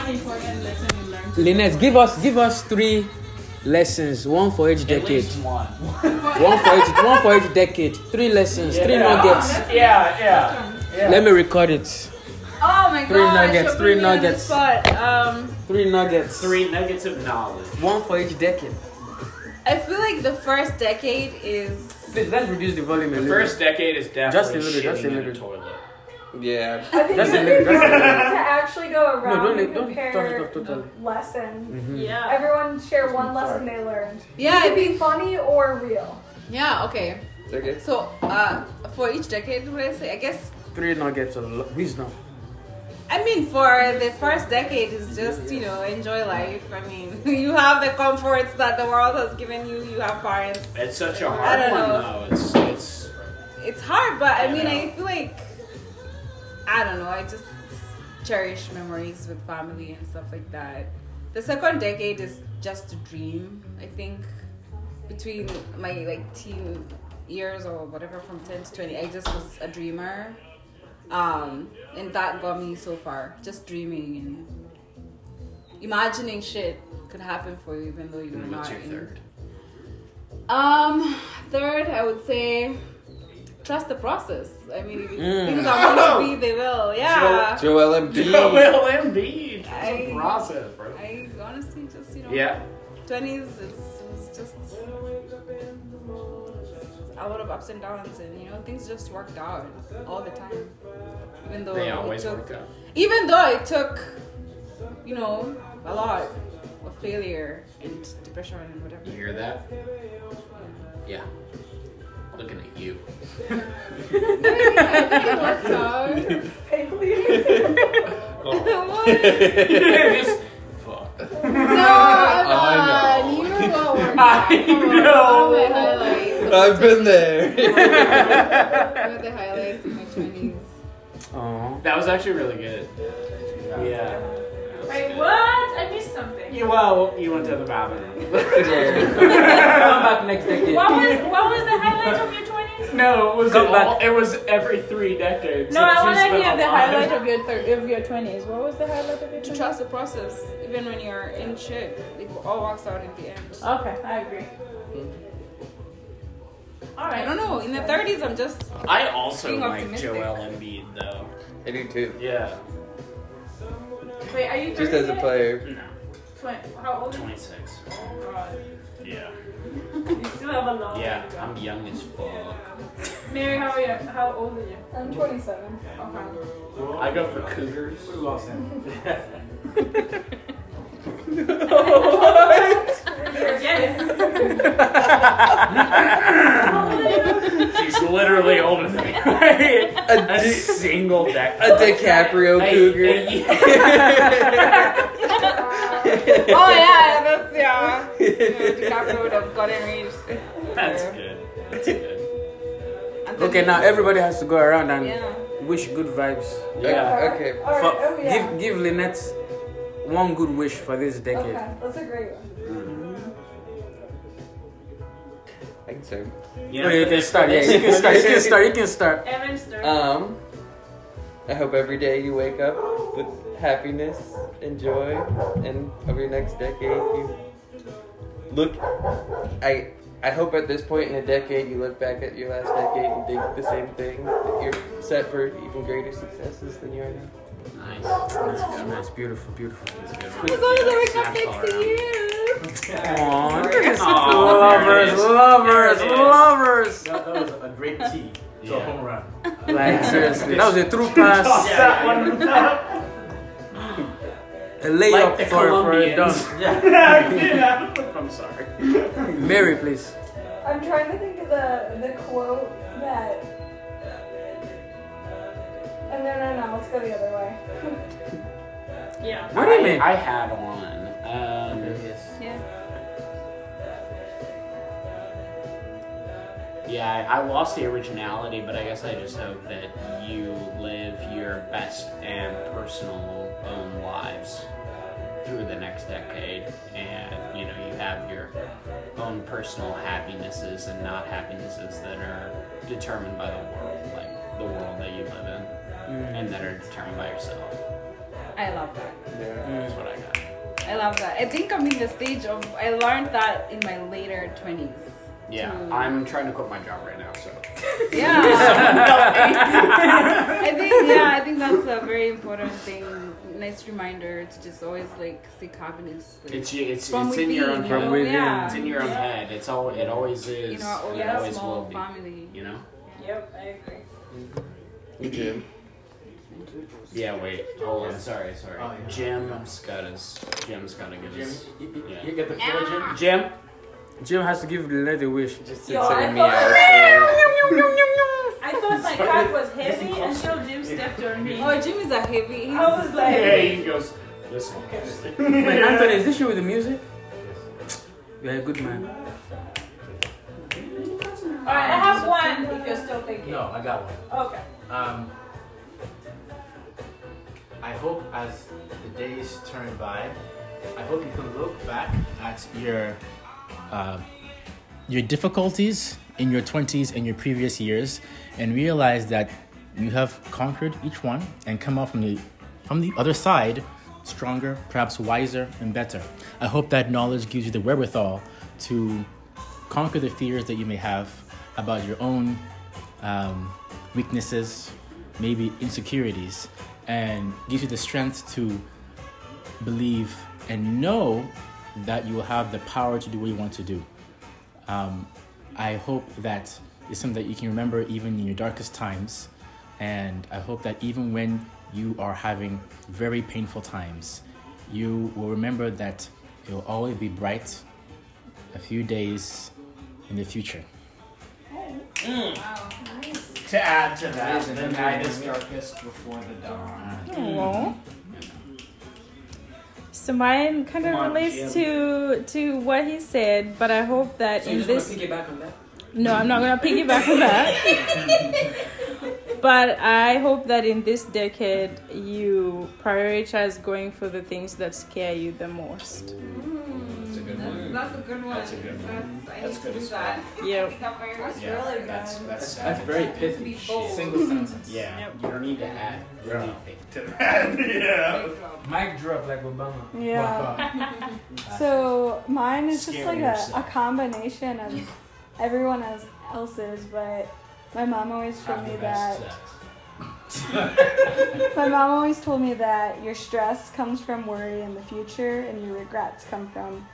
important lesson you learned? today? Lynette, give us give us three lessons, one for each At decade. least one. One for each one for each decade. Three lessons, three Yeah. nuggets. Yeah, yeah. yeah. Let me record it. Oh my god. Three nuggets, three nuggets. Um, Three nuggets. Three nuggets of knowledge. One for each decade. I feel like the first decade is. Please, let's reduce the volume a The little. first decade is definitely little bit, shitting just a in little the bit. toilet. Yeah. I think That's it's a little- that's a important little- to actually go around don't- and don't compare talk it up totally. lesson. Yeah. Everyone share one lesson they learned. Yeah. It could I- be funny or real. Yeah. Okay. Okay. So, uh, for each decade, what I say, I guess. Three nuggets of lo- wisdom. I mean, for the first decade, is just you know enjoy life. I mean, you have the comforts that the world has given you. You have parents. It's such a I hard don't one, know. though. It's it's It's hard, but I I mean, I know. feel like I don't know. I just cherish memories with family and stuff like that. The second decade is just a dream. I think between my like teen years or whatever, from ten to twenty, I just was a dreamer. Um, and that got me so far. Just dreaming and imagining shit could happen for you, even though you're And not. what's your in- third? um, third, I would say trust the process. I mean, if Mm. things are meant to be, they will. Yeah. Joel Embiid. Joel Embiid. It's I- a process, bro. I honestly just you know, Yeah. twenties, it's, it's just a lot of ups and downs, and you know, things just worked out all the time. Even though They it always took, work out. even though it took, you know, a lot of failure and depression and whatever. You hear that? Yeah. Looking at you. I think it worked out. What? Just- fuck. No, I I'm not. know. You won't work I know. What are my highlights? I've been there. What are the highlights of my 20s? Oh. That was actually really good. Yeah. Wait, what? I missed something. You well, you went to the bathroom. Come back next decade. What was what was the highlight of your twenties? no, it was Come all, back. It was every three decades. No, I It's want to just been hear a the lot. highlight of your thir- of your twenties. What was the highlight of To your twenties? trust the process, even when you're in shit, it all works out in the end. Okay, I agree. All right. I don't know. In the 30s, I'm just. I also Being like optimistic. Joel Embiid though. I do too. Yeah. Wait, are you Just as a player. No. How old? Twenty six. You Yeah. still have a long. Yeah. I'm young as fuck. Mary, how are you? How old are you? I'm 27. I go for cougars. We lost him. She's literally older than me. A, a Di- single deck. Oh, a DiCaprio cougar. Oh, yeah, that's. Yeah. You know, DiCaprio would have gotten rich. That's good. That's good. And then- okay, now everybody has to go around and Yeah. wish good vibes. Yeah. Okay. All right. For- oh, yeah. Give give Lynette one good wish for this decade. okay, that's a great one. I can start. You No, you can start. Yeah, you can start. You can start. You can start. Evan's thirty. Um, I hope every day you wake up with happiness and joy, and over your next decade, you look. I I hope at this point in a decade, you look back at your last decade and think the same thing. That you're set for even greater successes than you are now. Nice. That's beautiful, beautiful. As long as I wake up next to you. Aw, Aw, there it lovers, is. lovers, There it is. lovers. That, that was a great tee to a Yeah. home run. Like seriously, that was a true pass, That one. a layup Like the for for a Colombians. dunk. yeah. I'm sorry. Mary, please. I'm trying to think of the the quote that. Uh, no, no, no. Let's go the other way. yeah. What do you mean? I had one. Um, yeah, I I lost the originality, but I guess I just hope that you live your best and personal own lives through the next decade, and you know you have your own personal happinesses and not happinesses that are determined by the world, like the world that you live in, and that are determined by yourself. I love that. Yeah. That's what I I love that. I think I'm in the stage of I learned that in my later twenties. Yeah, I'm trying to quit my job right now, so. Yeah. I think yeah, I think that's a very important thing. Nice reminder to just always like seek happiness. Like, It's it's from it's in your own within, From you know? within. head. Yeah. It's in your own Yeah. head. It's all it always is. You know, our it own always will small be. family. You know. Yep, I agree. Jim. Yeah. Wait. Hold on. Sorry. Sorry. Oh, yeah. Jim's got us. Jim's got to give Jim, us. you, you- Yeah. you get the floor, Jim. Ah. Jim. Jim has to give the lady a wish. Just Yo, I insert me thought- out. I thought my cat was heavy until Jim stepped on me. Oh, Jimmy's a heavy. I Oh, was like, Hey, he goes. Listen. Wait, Anthony, is this you with the music? You're a good man. alright, I have one if you're still thinking. No, I got one. Okay. Um, I hope as the days turn by, I hope you can look back at your uh, your difficulties in your 20s and your previous years and realize that you have conquered each one and come out from the from the other side stronger perhaps wiser and better i hope that knowledge gives you the wherewithal to conquer the fears that you may have about your own um, weaknesses maybe insecurities and gives you the strength to believe and know that you will have the power to do what you want to do um, I hope that it's something that you can remember even in your darkest times. And I hope that even when you are having very painful times, you will remember that it will always be bright a few days in the future. To add to that, the night is darkest before the dawn. So mine kind of Come on, relates to to what he said, but I hope that in this piggyback on that? no, I'm not gonna piggyback on that. but I hope that in this decade you prioritize going for the things that scare you the most. That's a good one. That's a good one. That's a good one. I That's need good to do as that. Yeah. That very much. Yeah. really good. That's that's That's savage. very To pithy. be bold. Single sentence. Yeah. Yep. You don't need to add anything. Great job. Mic drop like Obama. Yeah. so mine is just like Scaring a, a yourself. combination of everyone else- else's, but my mom always told Have me the that best sex. my mom always told me that your stress comes from worry in the future and your regrets come from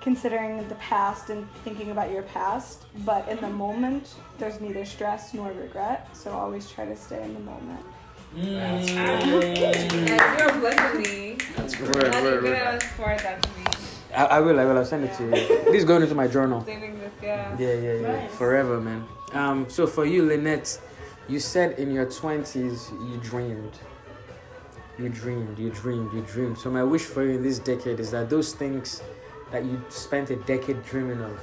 considering the past and thinking about your past, but in the moment there's neither stress nor regret, so always try to stay in the moment. Mm. Yes, you're blessing me. That's That's a Word, word, good word. one for that to me. I, I will, I will. I'll send it to you. This is going into my journal. Saving this, yeah. Yeah, yeah, yeah. Nice. Forever, man. Um, so for you, Lynette, you said in your twenties you dreamed. You dreamed, you dreamed, you dreamed. So my wish for you in this decade is that those things that you spent a decade dreaming of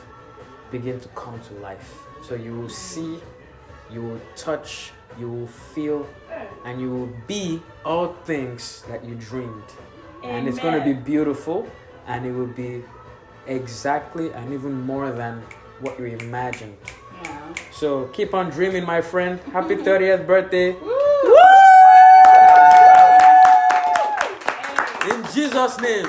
begin to come to life. So you will see, you will touch, you will feel, and you will be all things that you dreamed. And it's going to be beautiful, and it will be exactly and even more than what you imagined. Yeah. So keep on dreaming, my friend. Happy 30th birthday. In Jesus' name.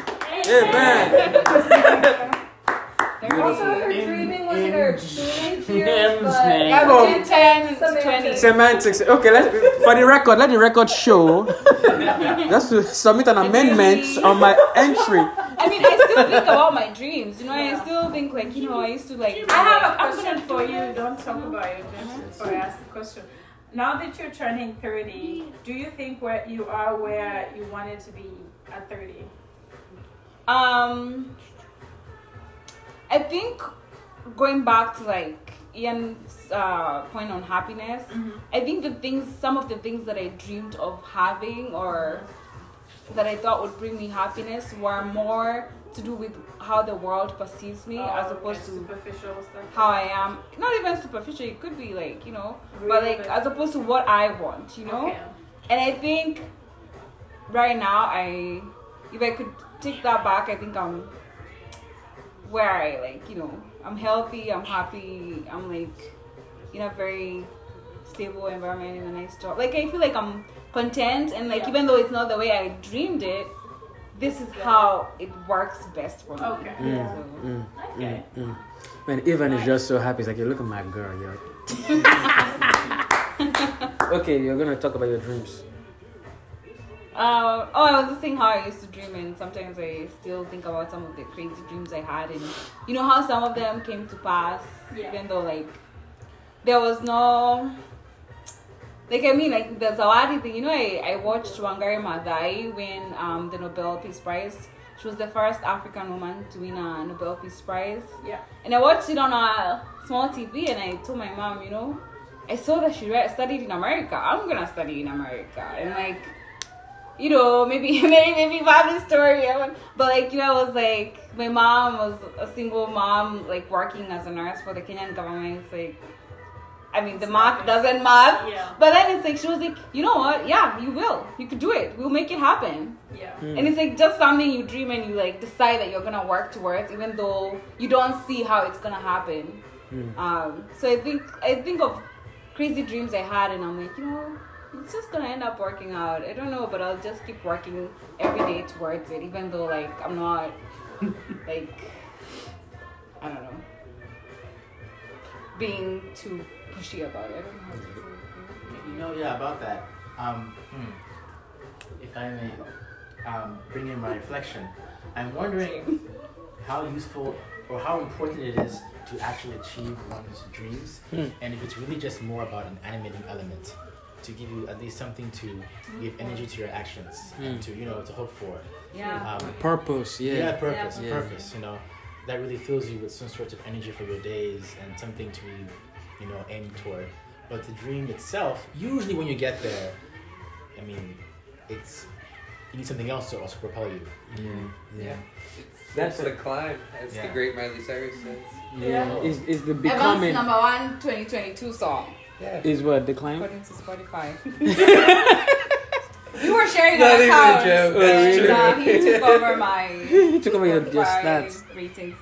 Amen. They're also Her dreaming was in her teenage years, Jim's but name. Bravo. 10, 10, Some 20. Semantics. Okay, let for the record, let the record show. Just to submit an amendment on my entry. I mean, I still think about my dreams. You know, I still think like, you know, I used to like. I have a question for you. Don't talk about your dreams before I ask the question. Now that you're turning 30, do you think where you are where you wanted to be at 30? Um, I think going back to like Ian's uh, point on happiness, Mm-hmm. I think the things, some of the things that I dreamed of having or that I thought would bring me happiness were more to do with how the world perceives me as Or opposed to superficial stuff. how I am. Not even superficial, it could be like, you know, Really, but like but- as opposed to what I want, you know? Okay. And I think right now, I if I could take that back, I think I'm where I like you know I'm healthy, I'm happy, I'm like in a very stable environment in a nice job. Like I feel like I'm content, and like even though it's not the way I dreamed it, this is how it works best for me. Okay. So, Mm, Okay. mm. Man, Ivan is just so happy. He's like, "Yo, look at my girl, yo." okay, you're gonna talk about your dreams. Uh, oh, I was just saying how I used to dream, and sometimes I still think about some of the crazy dreams I had, and you know how some of them came to pass, Yeah. even though like there was no, like I mean, like the Zawadi thing. You know, I I watched Wangari Maathai win um, the Nobel Peace Prize. She was the first African woman to win a Nobel Peace Prize. Yeah. And I watched it on a small TV, and I told my mom, you know, I saw that she read, studied in America. I'm gonna study in America, and like, you know, maybe maybe maybe Bobby's story. I went- But like, you know, I was like, my mom was a single mom, like working as a nurse for the Kenyan government. It's like, I mean, the math doesn't math. Yeah. But then it's like she was like, you know what? Yeah, you will. You could do it. We'll make it happen. Yeah. And it's like just something you dream and you like decide that you're gonna work towards, even though you don't see how it's gonna happen. Um, so I think I think of crazy dreams I had, and I'm like, you know, it's just gonna end up working out. I don't know, but I'll just keep working every day towards it, even though like I'm not like I don't know being too pushy about it. I don't know. how to say it. You know, yeah, about that. Um, hmm, if I may um, bring in my reflection, I'm wondering how useful or how important it is to actually achieve one's dreams, and if it's really just more about an animating element to give you at least something to give energy to your actions and to you know to hope for Yeah. um, Purpose, yeah. yeah, purpose Yeah. purpose you know that really fills you with some sort of energy for your days and something to you know aim toward but the dream itself usually when you get there i mean it's you need something else to also propel you Yeah, yeah. That's the climb, as the Yeah. great Miley Cyrus says. yeah. Is is the Evan's becoming? number one 2022 song. Yeah. Is what the climb? according to Spotify. you were sharing Not our even a accounts, joke, that's and uh, true. he took over my He took over your, your Spotify stats. ratings.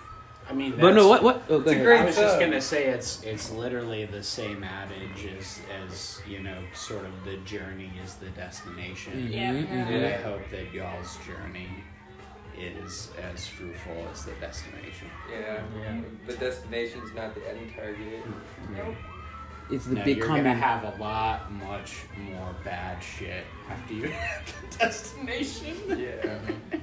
I mean, But no, that's- what what? Oh, go It's a ahead. great- I was just song. gonna say it's it's literally the same adage as as you know, sort of the journey is the Mm-hmm. destination, Yeah. and I hope that y'all's journey is as fruitful as the destination. Yeah. The destination's not the end target. It's the No, you're becoming. gonna have a lot, much more bad shit after you have the destination. Yeah.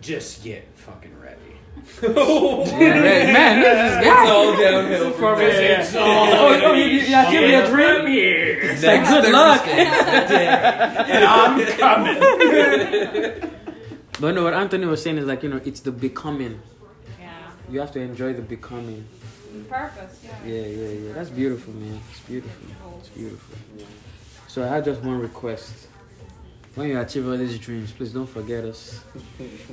Just get fucking ready. Man, man, look at this guy. It's all downhill from there. It's all Oh, oh, gonna you, you, be you achieved shit your dream. from here. It's like good luck. and I'm coming. But no, what Anthony was saying is like you know, it's the becoming. Yeah, You have to enjoy the becoming. purpose. Yeah, yeah, yeah. That's beautiful, man. It's beautiful. It's beautiful. So I had just one request. When you achieve all these dreams, please don't forget us.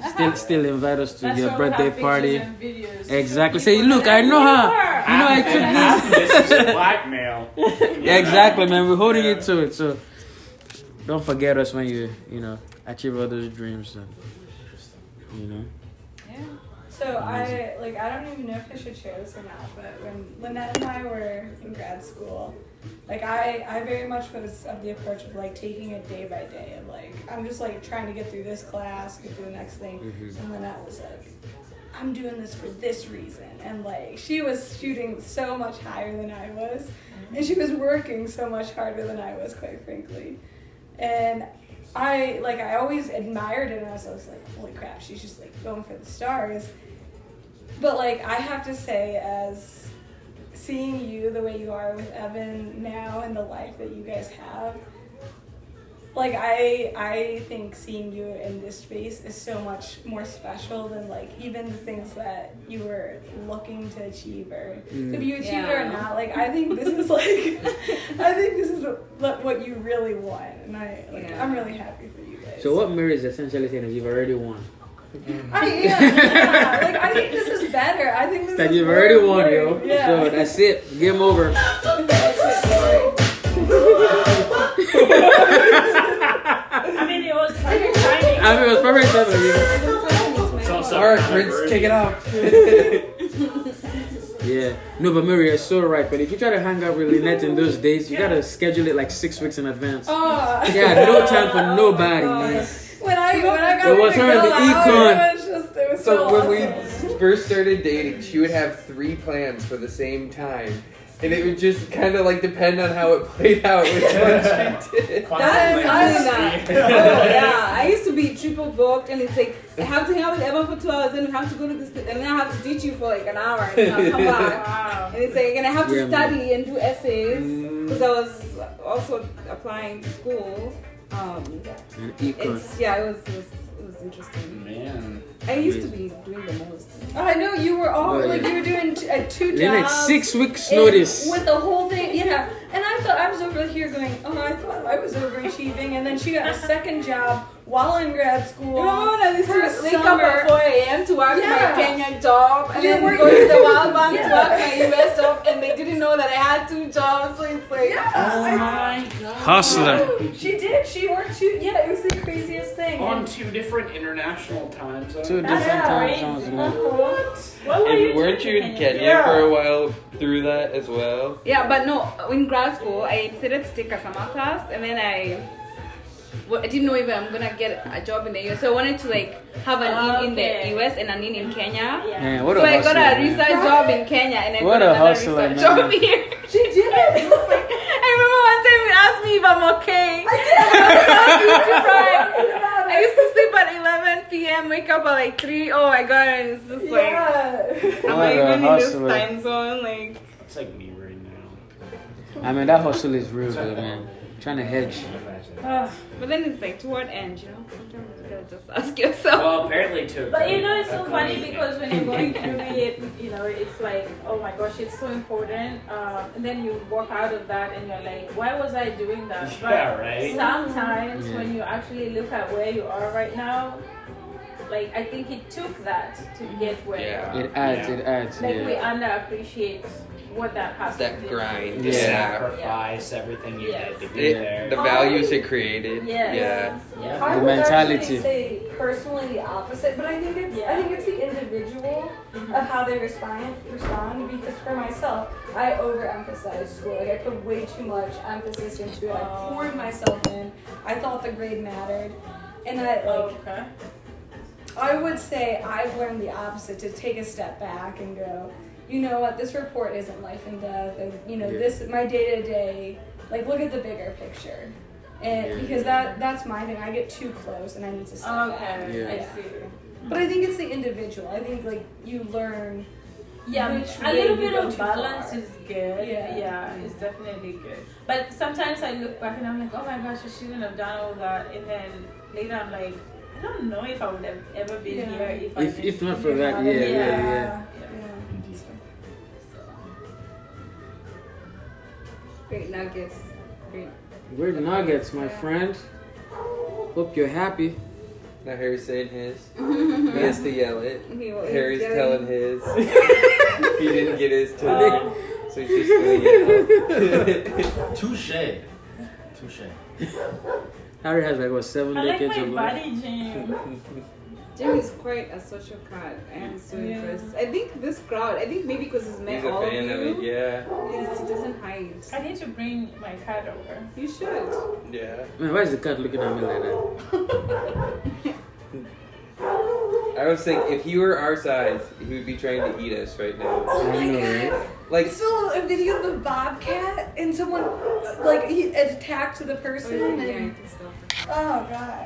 Still, still invite us to That's your why we birthday have pictures party. and videos. Exactly. So Say, people look, I know her. were. You know, I took this. this is blackmail. Yeah, exactly, man. We're holding you to it. So don't forget us when you, you know, achieve all those dreams. And, you know. So I like I don't even know if I should share this or not, but when Lynette and I were in grad school, like I I very much was of the approach of like taking it day by day and like I'm just like trying to get through this class, get through the next thing, and Lynette was like. I'm doing this for this reason, and like she was shooting so much higher than I was, and she was working so much harder than I was, quite frankly. And I like I always admired it, and I was always like, "Holy crap, she's just like going for the stars." But like I have to say, as seeing you the way you are with Evan now and the life that you guys have, like I I think seeing you in this space is so much more special than like even the things that you were looking to achieve or if you achieve it or Yeah. not. Like I think this is like I think this is what what you really want, and I like Yeah. I'm really happy for you guys. So what Mary is essentially saying is you've already won. I am. yeah. Like I think this is better. I think this That is you've already more won, yo. important. Yeah. So that's it. Game over. I mean, it was perfect timing. I mean, it was perfect timing. yo. It's also All right, kind of Prince, rude. kick it off. Yeah. No, but Mary, you're so right. But if you try to hang out with Lynette in those days, you gotta schedule it like six weeks in advance. Oh. Yeah, no time for Oh my nobody. God. man. when I when I got It was to her, go Oh the out, econ. It was just it was So so, when awesome. we first started dating, she would have three plans for the same time. And it would just kind of like depend on how it played out, which one she did. That is I Quantum leap. that. Oh yeah, I used to be triple booked, and it's like I have to hang out with Emma for two hours, and I have to go to this, and then I have to teach you for like an hour, and then I'll come back, Wow. and it's like, and I have to We're study and do essays because I was also applying to school. Um, An econ. it's yeah, it was it was, it was interesting. Man. I used to be doing the most. Oh, I know you were all Oh, like yeah. you were doing t- uh, two jobs. Lynette, six weeks and notice. With the whole thing, yeah. And I thought I was over here going, oh, I thought I was overachieving, and then she got a second job while in grad school. Remember when I used for to wake up summer- at 4 a.m. to work Yeah. my Kenyan job and You then were- go to the World Bank Yeah. to work my US job and they didn't know that I had two jobs, so it's like, Yeah, Hustler. I, she did. She worked two. Yeah, it was the craziest thing. On And- two different international time zones. Two different Yeah, time right? zones, man. What were you And weren't doing you in Kenya for a while through that as well? Yeah, but no, in grad school, I decided to take a summer class, and then I, well, I didn't know if I'm gonna get a job in the US. So I wanted to like have an in in Okay. the US and an in in Kenya. Yeah. Man, what a so I hustler, got a man. research job in Kenya, and I What got a another hustler, research man. job here. she did it. It was like, I remember one time you asked me if I'm okay. I did. I used to sleep at 11 p.m., wake up at like 3. Oh my god, and it's just like, yeah. am What I a even in this hustler. time zone? Like, It's like me right now. I mean, that hustle is real, though, man. Trying to hedge. Ugh. but then it's like toward end, you know. Sometimes you gotta just ask yourself. Well, apparently two. But you know, it's so funny because when you're going through it, you know, it's like, oh my gosh, it's so important. Um, and then you walk out of that and you're like, why was I doing that? But Yeah, right? sometimes Yeah. when you actually look at where you are right now, like, I think it took that to get where Yeah. you are. It adds, it adds, Like, we yeah. underappreciate what that has to That do. grind. You Yeah. sacrifice everything you Yes. did to get It, there. the values it created. Yes. Yeah. yeah. I The would mentality. actually say personally the opposite, but I think it's I think it's the individual of how they respond respond because for myself, I overemphasized school. Like I put way too much emphasis into it. I poured myself in. I thought the grade mattered. And I like Okay. I would say I've learned the opposite to take a step back and go, you know what, this report isn't life and death, and you know Yeah. this my day to day. Like look at the bigger picture, and Yeah. because that that's my thing. I get too close and I need to step back. Okay, Yeah. I see. But I think it's the individual. I think like you learn. Yeah, which a way little you bit go of too balance far. is good. Yeah. Yeah, it's definitely good. But sometimes I look back and I'm like, oh my gosh, I shouldn't have done all that. And then later I'm like, I don't know if I would have ever been Yeah. here if I. If, didn't if not for that, yeah, yeah, yeah. Yeah. Great nuggets. Great. Weird nuggets, my friend. Hope you're happy. Now Harry's saying his. He has to yell it. He was Harry's yelling. telling his. he didn't get his today. Oh. so he's just gonna yell. Touche. Touche. Harry has like what seven I like decades my of life. body, Jim. Jim is quite a social cat. I am so Yeah. impressed. I think this crowd, I think maybe because he's met He's a all of fan you, of it, yeah. he's- he doesn't hide. I need to bring my card over. You should. Yeah. Man, why is the cat looking at me like that? I was thinking if he were our size, he would be trying to eat us right Oh now. I know, right? Like saw a video of a bobcat and someone like he attacked the person Oh, Yeah, I and think so. oh god.